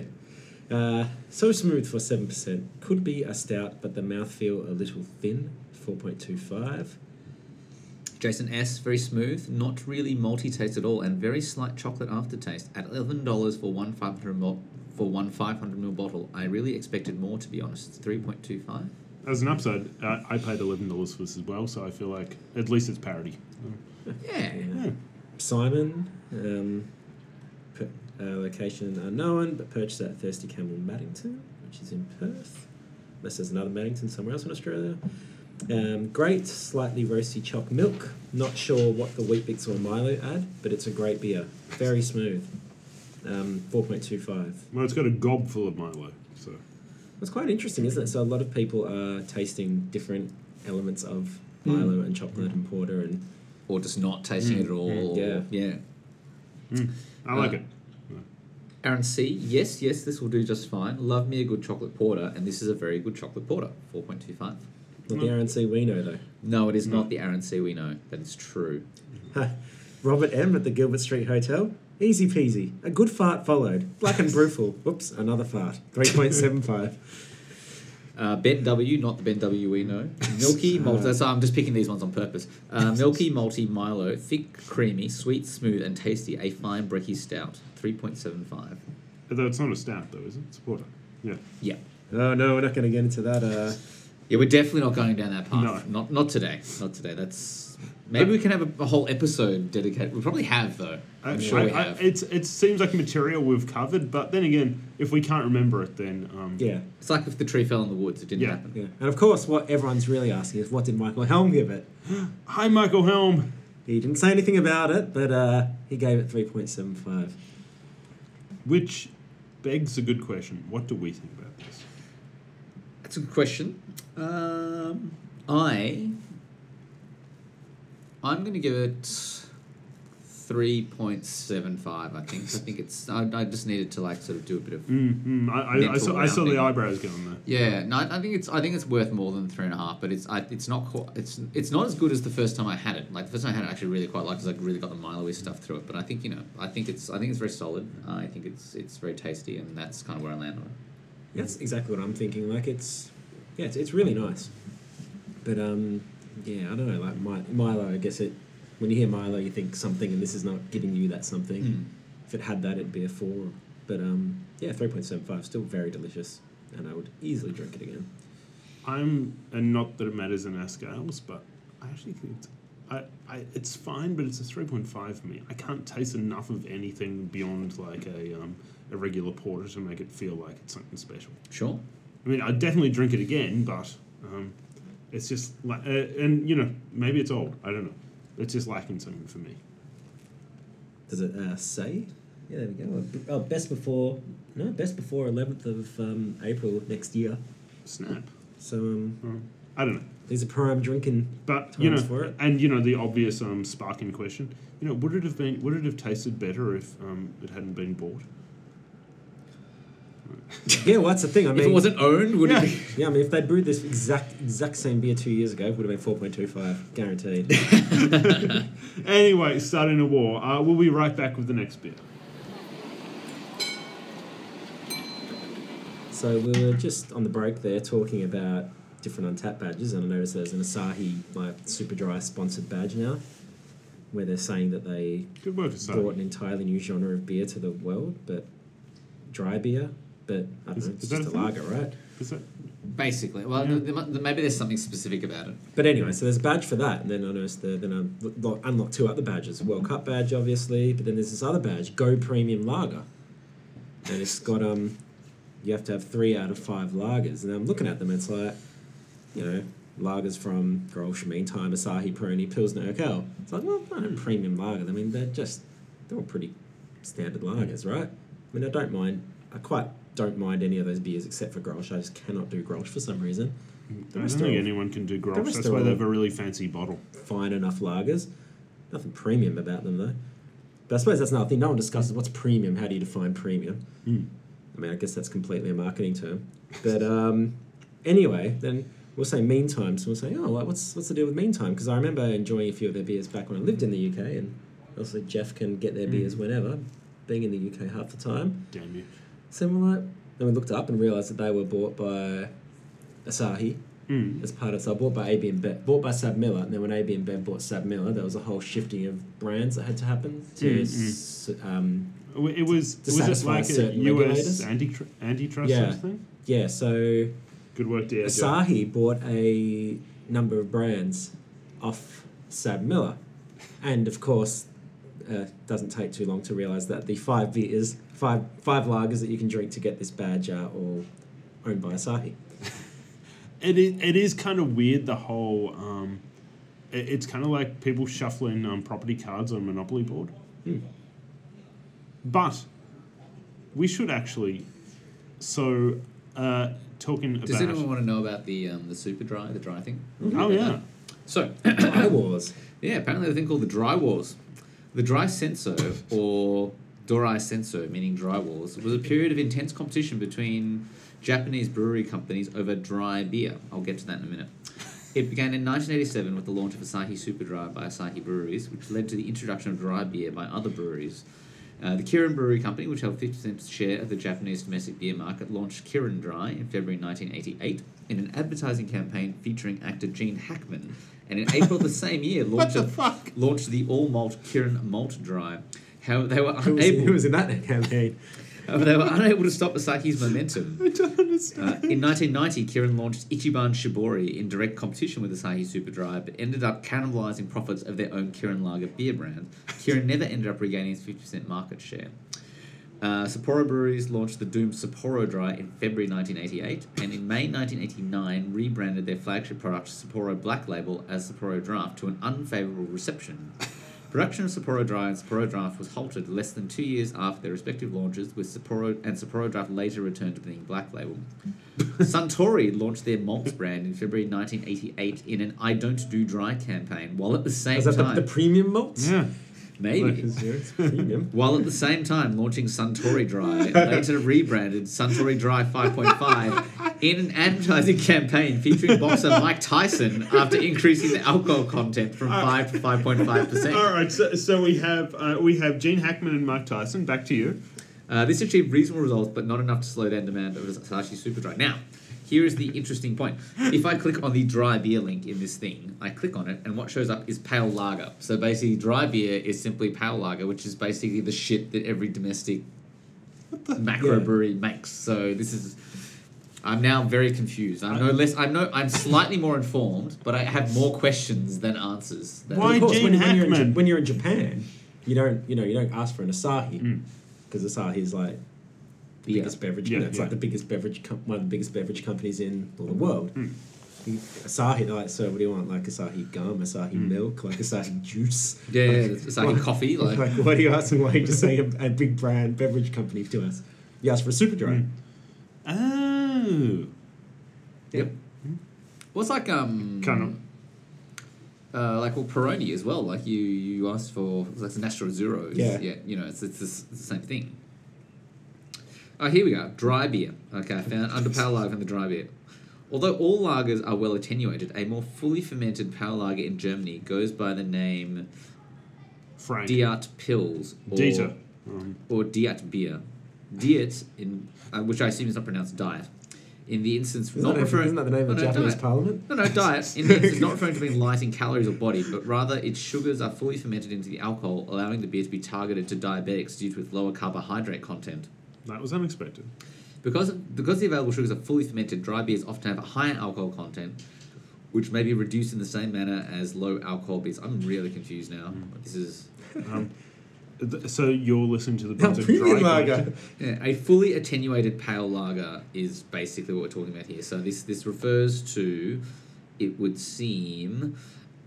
S3: Uh, so smooth for 7%. Could be a stout, but the mouthfeel a little thin, 4.25.
S2: Jason S. Very smooth, not really multi taste at all, and very slight chocolate aftertaste. At eleven dollars for one five hundred ml for one five hundred ml bottle, I really expected more. To be honest, three point two five.
S1: As an upside, uh, I paid eleven dollars for this as well, so I feel like at least it's parity.
S2: Yeah.
S1: Yeah.
S3: Uh, Simon, um, per, uh, location unknown, but purchased at Thirsty Camel Maddington, which is in Perth. Unless there's another Maddington somewhere else in Australia. Um, great, slightly roasty chopped milk. Not sure what the wheat bix or Milo add, but it's a great beer. Very smooth. Um, 4.25.
S1: Well, it's got a gob full of Milo, so
S3: That's quite interesting, isn't it? So a lot of people are tasting different elements of Milo and chocolate and porter and
S2: Or just not tasting it at all.
S3: yeah.
S2: or- Yeah.
S1: I like
S2: Uh,
S1: it.
S2: Aaron C. Yes, yes, this will do just fine. Love me a good chocolate porter, and this is a very good chocolate porter. Four point two five.
S3: not the RNC we know though.
S2: No, it is
S1: Mm.
S2: not the Aaron C. We know that is true.
S3: Robert M at the Gilbert Street Hotel. Easy peasy. A good fart followed. Black and [laughs] brewful. Whoops, another fart. [laughs] 3.75.
S2: Uh, ben W, not the Ben W
S1: [laughs]
S2: we know. Milky, malty. That's I'm just picking these ones on purpose. Uh, milky, malty, Milo, thick, creamy, sweet, smooth, and tasty. A fine brekkie stout, three point seven five.
S1: Although it's not a stout, though, is it? It's a porter. Yeah.
S2: Yeah,
S3: oh no, we're not going to get into that. Uh,
S2: yeah, we're definitely not going down that path.
S1: No.
S2: Not not today. Not today. That's maybe we can have a, a whole episode dedicated. We probably have though. I'm
S1: I-
S2: sure
S1: I-
S2: we
S1: I-
S2: have.
S1: it's it seems like material we've covered, but then again, if we can't remember it, then um,
S3: yeah,
S2: it's like if the tree fell in the woods, it didn't
S1: Yeah.
S2: happen.
S3: yeah. And of course, what everyone's really asking is what did Michael Helm give it?
S1: Hi, Michael Helm.
S3: He didn't say anything about it, but uh, he gave it 3.75.
S1: Which begs a good question: What do we think about this?
S2: That's a good question. Um, I I'm going to give it three point seven five. I think. I think it's. I, I just needed to like sort of do a bit of.
S1: Mm, mm, I, I, I
S2: Mental
S1: saw I saw the
S2: rounding.
S1: eyebrows going there.
S2: Yeah, no, I I think it's. I think it's worth more than three and a half. But it's. I, it's not. Quite, it's. It's not as good as the first time I had it. Like the first time I had it, I actually really quite liked because I really got the Milo stuff through it. But I think you know. I think it's. I think it's very solid. I think it's. It's very tasty, and that's kind of where I land on it.
S3: That's exactly what I'm thinking. Like it's, yeah, it's, it's really nice. But um, yeah, I don't know. Like Mi- Milo, I guess it. When you hear Milo, you think something, and this is not giving you that something.
S2: Hmm.
S3: If it had that, it'd be a four. But um, yeah, three point seven five, still very delicious, and I would easily drink it again.
S1: I'm, and not that it matters in our scales, but I actually think it's, I, I, it's fine, but it's a 3.5 for me. I can't taste enough of anything beyond like a, um, a regular porter to make it feel like it's something special.
S2: Sure.
S1: I mean, I'd definitely drink it again, but um, it's just, la- uh, and you know, maybe it's old. I don't know. It's just lacking something for me.
S3: Does it uh, say? Yeah, there we go. Oh, best before no, best before eleventh of um, April next year.
S1: Snap.
S3: So um,
S1: Um, I don't know.
S3: these are prime drinking. [laughs]
S1: But you know,
S3: Times for it.
S1: and you know the obvious um, sparking question. You know, would it have been would it have tasted better if um, it hadn't been bought?
S3: Yeah, well, that's the thing. I mean,
S2: if it wasn't owned, would it?
S1: Yeah.
S2: Be?
S3: Yeah, I mean, if they brewed this exact exact same beer two years ago, it would have been four point two five, guaranteed.
S1: Anyway, starting a war. Uh, we'll be right back with the next beer.
S3: so we were just on the break there talking about different untapped badges, and I noticed there's an Asahi like super dry sponsored badge now, where they're saying that they
S1: Good work,
S3: brought
S1: Asada.
S3: an entirely new genre of beer to the world, but dry beer. But I don't
S1: Is-
S3: know, it's
S1: is that
S3: just
S1: a
S3: a
S1: thing?
S3: lager, right?
S1: Is that
S2: Basically, well,
S1: Yeah.
S2: there mu- maybe there's something specific about it.
S3: But anyway, so there's a badge for that, and then I noticed the, then I lo- lo- unlocked two other badges: World Cup badge, obviously, but then there's this other badge, Go Premium Lager, and it's got um, you have to have three out of five lagers, and I'm looking at them, it's like, you know, lagers from Grolsch, Meantime, Asahi, Peroni, Pilsner, Urquell. It's like, well, not a premium lager. I mean, they're just they're all pretty standard lagers, right? I mean, I don't mind. I quite don't mind any of those beers except for Grolsch. I just cannot do Grolsch for some reason.
S1: I
S3: The
S1: don't
S3: rest
S1: think
S3: are all
S1: anyone can do
S3: the
S1: Grolsch.
S3: rest
S1: That's
S3: are
S1: why they
S3: all-
S1: have a really fancy bottle.
S3: fine enough lagers. Nothing premium about them though. But I suppose that's another thing. No one discusses what's premium. How do you define premium?
S1: Mm.
S3: I mean, I guess that's completely a marketing term. But um, anyway, then we'll say mean time. So we'll say, oh, well, what's what's the deal with mean time? Because I remember enjoying a few of their beers back when I lived in the UK, and also Jeff can get their beers whenever, being in the UK half the time.
S1: Damn you.
S3: So we're like, then we looked up and realised that they were bought by Asahi,
S1: Mm.
S3: as part of so I bought by AB and Bev, bought by Sab Miller, and then when AB and Bev bought Sab Miller, there was a whole shifting of brands that had to happen to
S1: Mm,
S3: s- um,
S1: It wa- It was
S3: To
S1: was it
S3: satisfy
S1: like a
S3: certain
S1: US
S3: regulators?
S1: anti antitrust
S3: Yeah.
S1: sort of thing?
S3: yeah. So
S1: Good work, dear.
S3: Asahi bought a number of brands off Sab Miller, and of course, uh, doesn't take too long to realize that the five beers, five five lagers that you can drink to get this badge are all owned by Asahi.
S1: It is, it is kind of weird the whole. Um, it, it's kind of like people shuffling um, property cards on a Monopoly board.
S3: Hmm.
S1: But we should actually. So, uh, talking
S2: Does
S1: about.
S2: anyone want to know about the um, the super dry, the dry thing?
S1: oh yeah,
S2: So, [coughs]
S3: Dry Wars.
S2: yeah, apparently the thing called the dry walls, the dry senso or dorai senso, meaning dry walls, was a period of intense competition between Japanese brewery companies over dry beer. I'll get to that in a minute. It began in 1987 with the launch of Asahi Super Dry by Asahi Breweries, which led to the introduction of dry beer by other breweries. Uh, the Kirin Brewery Company, which held 50% share of the Japanese domestic beer market, launched Kirin Dry in February 1988 in an advertising campaign featuring actor Gene Hackman, and in April the same year launched,
S1: the
S2: a-
S1: fuck?
S2: launched the all malt Kirin Malt Dry. How they were
S3: Who was, in,
S2: [laughs]
S3: who
S2: unable,
S3: was in that campaign?
S2: however, they were unable to stop Asahi's momentum.
S1: [laughs] I don't understand.
S2: Uh, in 1990, Kirin launched Ichiban Shibori in direct competition with Asahi Superdry, but ended up cannibalizing profits of their own Kirin Lager beer brand. Kirin never ended up regaining its 50% market share. Uh, Sapporo Breweries launched the Doom Sapporo Dry in February 1988, and in May 1989 rebranded their flagship product Sapporo Black Label as Sapporo Draft to an unfavorable reception. Production of Sapporo Dry and Sapporo Draft was halted less than two years after their respective launches, with Sapporo and Sapporo Draft later returned to being Black
S3: [laughs]
S2: Label. Suntory launched their malts brand in February 1988 in an "I don't do dry" campaign, while at the same
S3: Was that the,
S2: time,
S3: the premium malts?
S1: yeah,
S2: maybe
S3: premium.
S2: while at the same time launching Suntory Dry, later rebranded Suntory Dry 5.5 in an advertising campaign featuring boxer Mike Tyson after increasing the alcohol content from 5 to 5.5%.
S1: All right, so, so we have uh, we have Gene Hackman and Mike Tyson. Back to you.
S2: Uh, this achieved reasonable results, but not enough to slow down demand of Asahi Super Dry. Now, here is the interesting point. If I click on the dry beer link in this thing, I click on it, and what shows up is pale lager. So basically, dry beer is simply pale lager, which is basically the shit that every domestic macro
S3: Yeah.
S2: brewery makes. So this is. I'm now very confused. I'm no less. I'm no. I'm slightly more informed, but I have more questions than answers. That
S1: Why
S3: Of course,
S1: Gene
S3: when, when you're in, Ja-
S1: Hackman.
S3: when you're in Japan, you don't you know you don't ask for an Asahi because Asahi is like the
S2: Yeah.
S3: biggest beverage.
S1: Yeah,
S3: it's
S1: yeah.
S3: like the biggest beverage com- one of the biggest beverage companies in all the world. You- Asahi, they're like, so what do you want? Like Asahi gum, Asahi milk, like Asahi [laughs] juice.
S2: Yeah, yeah, it's like coffee, like-
S3: what are [laughs] you asking? Why are you just saying a, a big brand beverage company to us? Mm. You ask for a super dry.
S1: Oh,
S2: Yep. What's like um
S1: kind of.
S2: uh, like well Peroni as well. Like you you asked for it's like the natural zeros.
S3: Yeah.
S2: you know it's it's, the s- it's the same thing. Oh, here we go. Dry beer. Okay, I found under power lager in the dry beer. Although all lagers are well attenuated, a more fully fermented power lager in Germany goes by the name
S1: Frank.
S2: Diet Pils or
S1: Dieter. Um,
S2: or diet beer. Diet, in uh, which I assume is not pronounced diet, in the instance
S3: Isn't,
S2: not
S3: that,
S2: referring
S3: isn't that the name of
S2: no,
S3: the
S2: no,
S3: Japanese
S2: diet.
S3: parliament?
S2: No, no, diet in the instance not referring to being light in calories or body, but rather its sugars are fully fermented into the alcohol, allowing the beer to be targeted to diabetics due to its lower carbohydrate content.
S1: that was unexpected.
S2: Because because the available sugars are fully fermented, dry beers often have a higher alcohol content, which may be reduced in the same manner as low alcohol beers. I'm really confused now. This is
S1: Um, Th- So you're listening to the
S3: No, [laughs]
S1: Bronze of Dry
S3: premium lager.
S1: Collection.
S2: Yeah, Uh, a fully attenuated pale lager is basically what we're talking about here. So this this refers to, it would seem,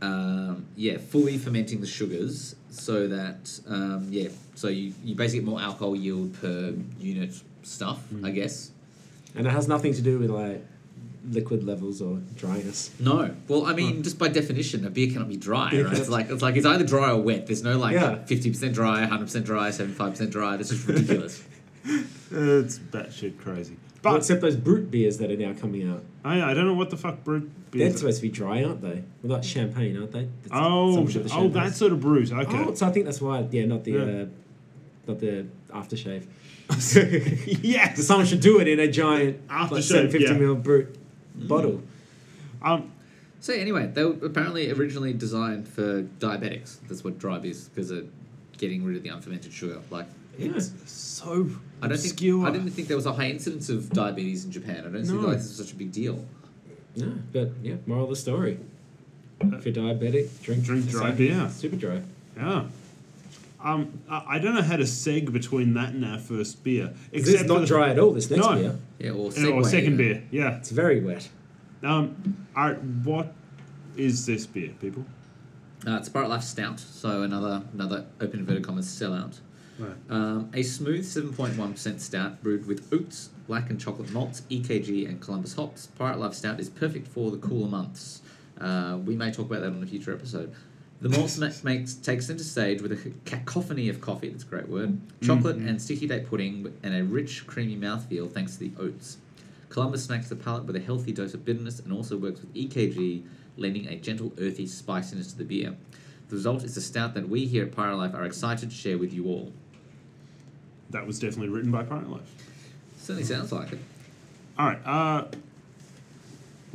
S2: um, yeah, fully fermenting the sugars so that um, yeah, so you, you basically get more alcohol yield per unit stuff, I guess.
S3: And it has nothing to do with like liquid levels or dryness.
S2: No. Well, I mean, just by definition, a beer cannot be dry,
S3: Beer
S2: right?
S3: cannot-
S2: It's like it's like it's either dry or wet. There's no
S3: Yeah.
S2: like fifty percent dry, hundred percent dry, seventy five percent dry. That's just ridiculous.
S1: Uh, it's batshit crazy.
S3: But
S1: But
S3: except those brute beers that are now coming out.
S1: I, I don't know what the fuck brute beer.
S3: They're supposed to be dry, aren't they? Well, like champagne, aren't they? That's
S1: oh,
S3: some sort of
S1: oh,
S3: champagne.
S1: that sort of brute. Okay.
S3: [laughs] Oh, so I think that's why. Yeah, not the,
S1: Yeah.
S3: Uh, not the aftershave.
S1: [laughs]
S3: [laughs]
S1: yes.
S3: Someone should do it in a giant
S1: Aftershave,
S3: like, 750
S1: yeah.
S3: ml brute
S2: Mm.
S3: bottle.
S1: Um,
S2: so anyway, they were apparently originally designed for diabetics. That's what dry is because of getting rid of the unfermented sugar. Like
S3: Yes.
S1: so
S2: I don't
S1: obscure.
S2: think I didn't think there was a high incidence of diabetes in Japan. I don't think
S1: No.
S2: like this is such a big deal.
S3: No, but yeah, moral of the story. If you're diabetic, drink
S1: Uh, Drink dry
S3: something
S1: beer.
S3: Super dry.
S1: Yeah. Um, I I don't know how to seg between that and our first beer.
S3: Because it's
S1: for
S3: not
S1: the-
S3: dry at all. This next
S1: No.
S3: beer,
S2: Yeah, or,
S1: Or
S2: Segway
S1: second
S2: even.
S1: beer, yeah.
S3: it's very wet.
S1: Um, all right, what is this beer, people?
S2: Uh, it's Spirit Life Stout, so another another open inverted commas sellout.
S1: Right.
S2: Um, a smooth 7.1% stout brewed with oats, black and chocolate malts, EKG, and Columbus hops. Pirate Life Stout is perfect for the cooler months. Uh, we may talk about that on a future episode. The malt ma- makes takes center stage with a cacophony of coffee. That's a great word. Chocolate and sticky date pudding, and a rich, creamy mouthfeel thanks to the oats. Columbus smacks the palate with a healthy dose of bitterness and also works with EKG, lending a gentle, earthy spiciness to the beer. The result is a stout that we here at Pirate Life are excited to share with you all.
S1: That was definitely written by Pirate Life.
S2: Certainly sounds like it.
S1: All right. Uh,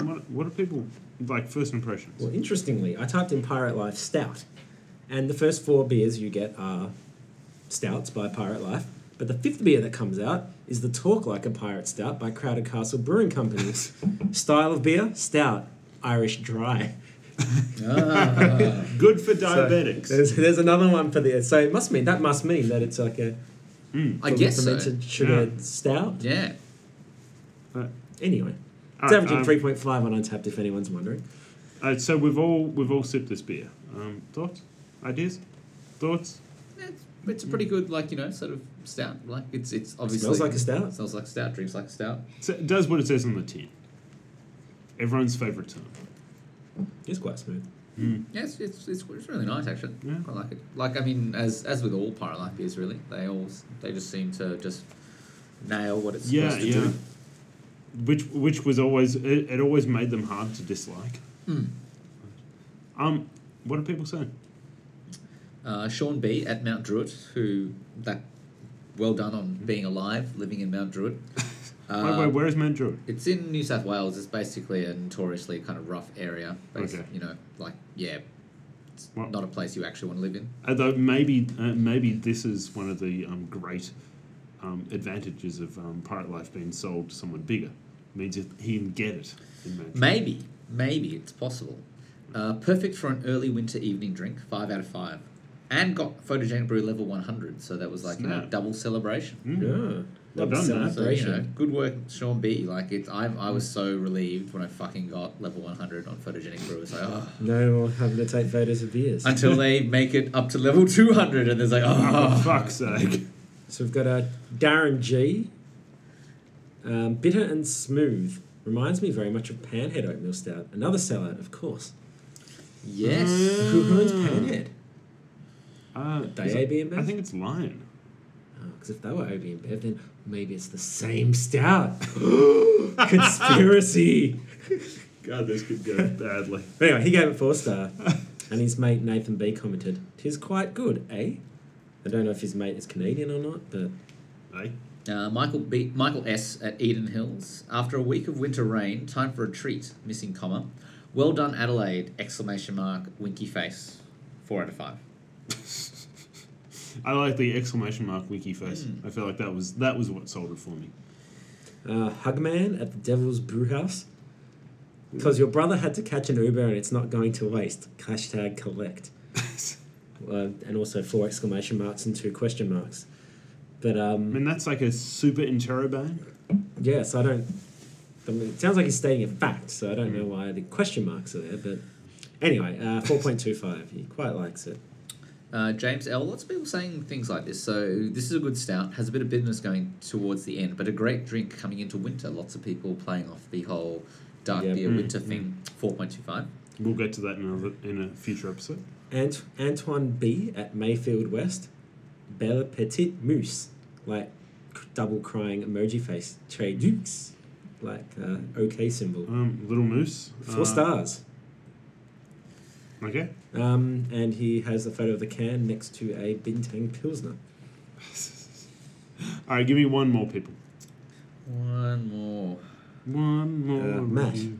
S1: what what are people like first impressions?
S3: Well, interestingly, I typed in Pirate Life Stout, and the first four beers you get are stouts by Pirate Life. But the fifth beer that comes out is the Talk Like a Pirate Stout by Crowded Castle
S2: [laughs]
S3: Brewing Company. Style of beer: stout, Irish dry.
S1: [laughs] Good for [laughs]
S3: So,
S1: diabetics.
S3: there's, there's another one for the. So it must mean that must mean that it's like a Hmm.
S2: I guess so.
S3: fermented sugar
S1: Yeah.
S3: stout.
S2: Yeah.
S1: All
S3: Anyway, it's
S1: right,
S3: averaging
S1: um,
S3: three point five on Untapped, if anyone's wondering.
S1: all right, so we've all we've all sipped this beer. Um, thoughts, ideas, thoughts.
S2: It's, it's a pretty good, like, you know, sort of stout. Like, it's it's obviously.
S3: smells like a stout.
S2: Smells like a stout, drinks like a stout.
S1: So it does what it says on the tin. Everyone's favorite term.
S3: It's quite smooth.
S2: Yeah, it's, it's, it's, it's really nice, actually.
S1: Yeah.
S2: I like it. Like, I mean, as as with all Pirate Life beers, really, they all s- they just seem to just nail what it's
S1: Yeah,
S2: supposed to
S1: yeah.
S2: do.
S1: Which which was always it, it always made them hard to dislike.
S3: Hmm.
S1: Um, what are people saying?
S2: Uh, Sean B at Mount Druitt, who that well done on being alive, living in Mount
S3: [laughs]
S2: Druitt. Uh,
S1: wait, wait, where is Mount Druid?
S2: It's in New South Wales. It's basically a notoriously kind of rough area. Bas-
S1: Okay.
S2: You know, like yeah, it's
S1: Well-
S2: not a place you actually want to live in.
S1: Although maybe uh, maybe this is one of the um, great um, advantages of um, Pirate Life being sold to someone bigger. Means if he can get it. In Mount Druitt.
S2: Maybe, maybe it's possible. Uh, perfect for an early winter evening drink. Five out of five, and got photogenic brew level one hundred. So that was like you know,
S1: Snap.
S2: double celebration.
S3: Yeah.
S1: Hmm. Well
S3: Love
S1: done, man.
S2: So you know,
S3: celebration.
S2: good work, Sean B. Like it's, I, I
S1: Mm.
S2: was so relieved when I fucking got level one hundred on photogenic brew. It's like oh.
S3: No more having to take photos of beers.
S2: until they make it up to level two hundred, and there's like oh
S1: [laughs] For fuck's sake.
S3: So we've got a Darren G. Um, bitter and smooth. Reminds me very much of Panhead Oatmeal Stout. Another sellout, of course.
S2: yes.
S3: Who owns Panhead?
S1: Uh,
S3: They
S1: is it-
S3: AB and Bev?
S1: I think it's Lion.
S3: Because Oh, if they were OB and Bev, then maybe it's the same stout. Conspiracy.
S1: God, this could [laughs] go badly.
S3: But anyway, he gave it four star, and his mate Nathan B commented, "Tis quite good, eh?" I don't know if his mate is Canadian or not, but
S1: Hey?
S2: Uh, Michael B, Michael S at Eden Hills. After a week of winter rain, time for a treat. Missing comma. Well done, Adelaide! Exclamation mark. Winky face. Four out of five.
S1: I like the exclamation mark wiki face. I feel like that was that was what sold it for me. [laughs]
S3: uh, Hugman at the Devil's Brewhouse, because your brother had to catch an Uber and it's not going to waste. Hashtag collect. uh, and also four exclamation marks and two question marks. But
S1: I
S3: um,
S1: mean, that's like a super interrobang.
S3: yeah, so I don't. I mean, it sounds like he's stating a fact, so I don't know why the question marks are there. But anyway, uh, four point two five. He quite likes it.
S2: Uh, James L. Lots of people saying things like this. So this is a good stout. Has a bit of bitterness going towards the end, but a great drink coming into winter. Lots of people playing off the whole dark
S3: Yeah.
S2: beer
S1: Mm,
S2: winter thing. Four point two five.
S1: We'll get to that in another in a future episode.
S3: Ant- Antoine B at Mayfield West, Belle Petite Moose, like c- double crying emoji face, Trey Dukes, like uh, OK symbol,
S1: Um, Little Moose.
S3: four
S1: uh,
S3: stars.
S1: Okay.
S3: Um, and he has a photo of the can next to a Bintang Pilsner.
S1: All right, give me one more, people.
S2: One more.
S1: One more.
S3: Uh, Matt.
S1: review.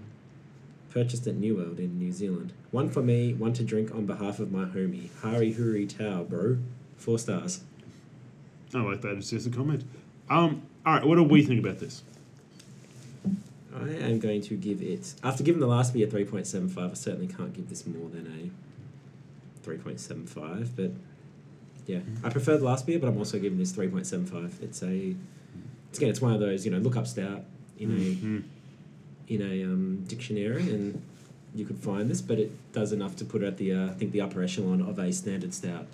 S3: Purchased at New World in New Zealand. One for me, one to drink on behalf of my homie. Hari Huri Tau, bro. Four stars.
S1: I like that. It's just a comment. Um, all right, what do we think about this?
S3: I am going to give it. After giving the last beer 3.75, I certainly can't give this more than a 3.75, but yeah. I prefer the last beer, but I'm also giving this 3.75. It's a. It's, again, it's one of those, you know, look up stout in
S1: Mhm.
S3: a, in a um, dictionary and you could find this, but it does enough to put it at the, uh, I think, the upper echelon of a standard stout.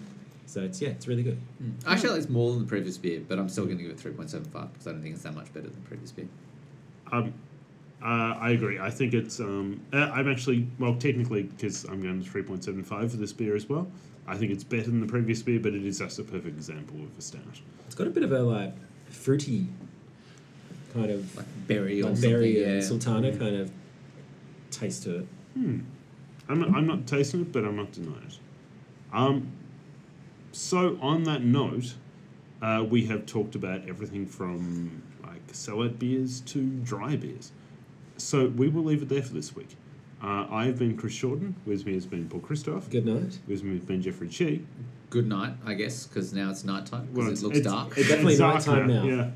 S3: So it's, yeah, it's really good.
S2: Mm. Actually, it's more than the previous beer, but I'm still going to give it three point seven five because I don't think it's that much better than the previous beer.
S1: Um, uh, I agree. I think it's. Um, uh, I'm actually well, technically, because I'm going to three point seven five for this beer as well. I think it's better than the previous beer, but it is just a perfect example of a stout.
S3: It's got a bit of a, like, fruity kind of.
S2: Like berry or
S3: like
S2: something.
S3: berry
S2: yeah.
S3: and uh, sultana kind of taste to it.
S1: Hmm. I'm not, I'm not tasting it, but I'm not denying it. Um, so on that note, uh, we have talked about everything from like salad beers to dry beers. So we will leave it there for this week. Uh, I have been Chris Shorten. With me has been Paul Christoph.
S3: Good night.
S1: With me has been Jeffrey Chi.
S2: Good night, I guess, because now it's nighttime because
S1: Well,
S2: it looks
S1: it's-
S2: dark.
S3: It's definitely
S1: dark
S3: nighttime now.
S1: Yeah.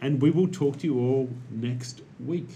S1: And we will talk to you all next week.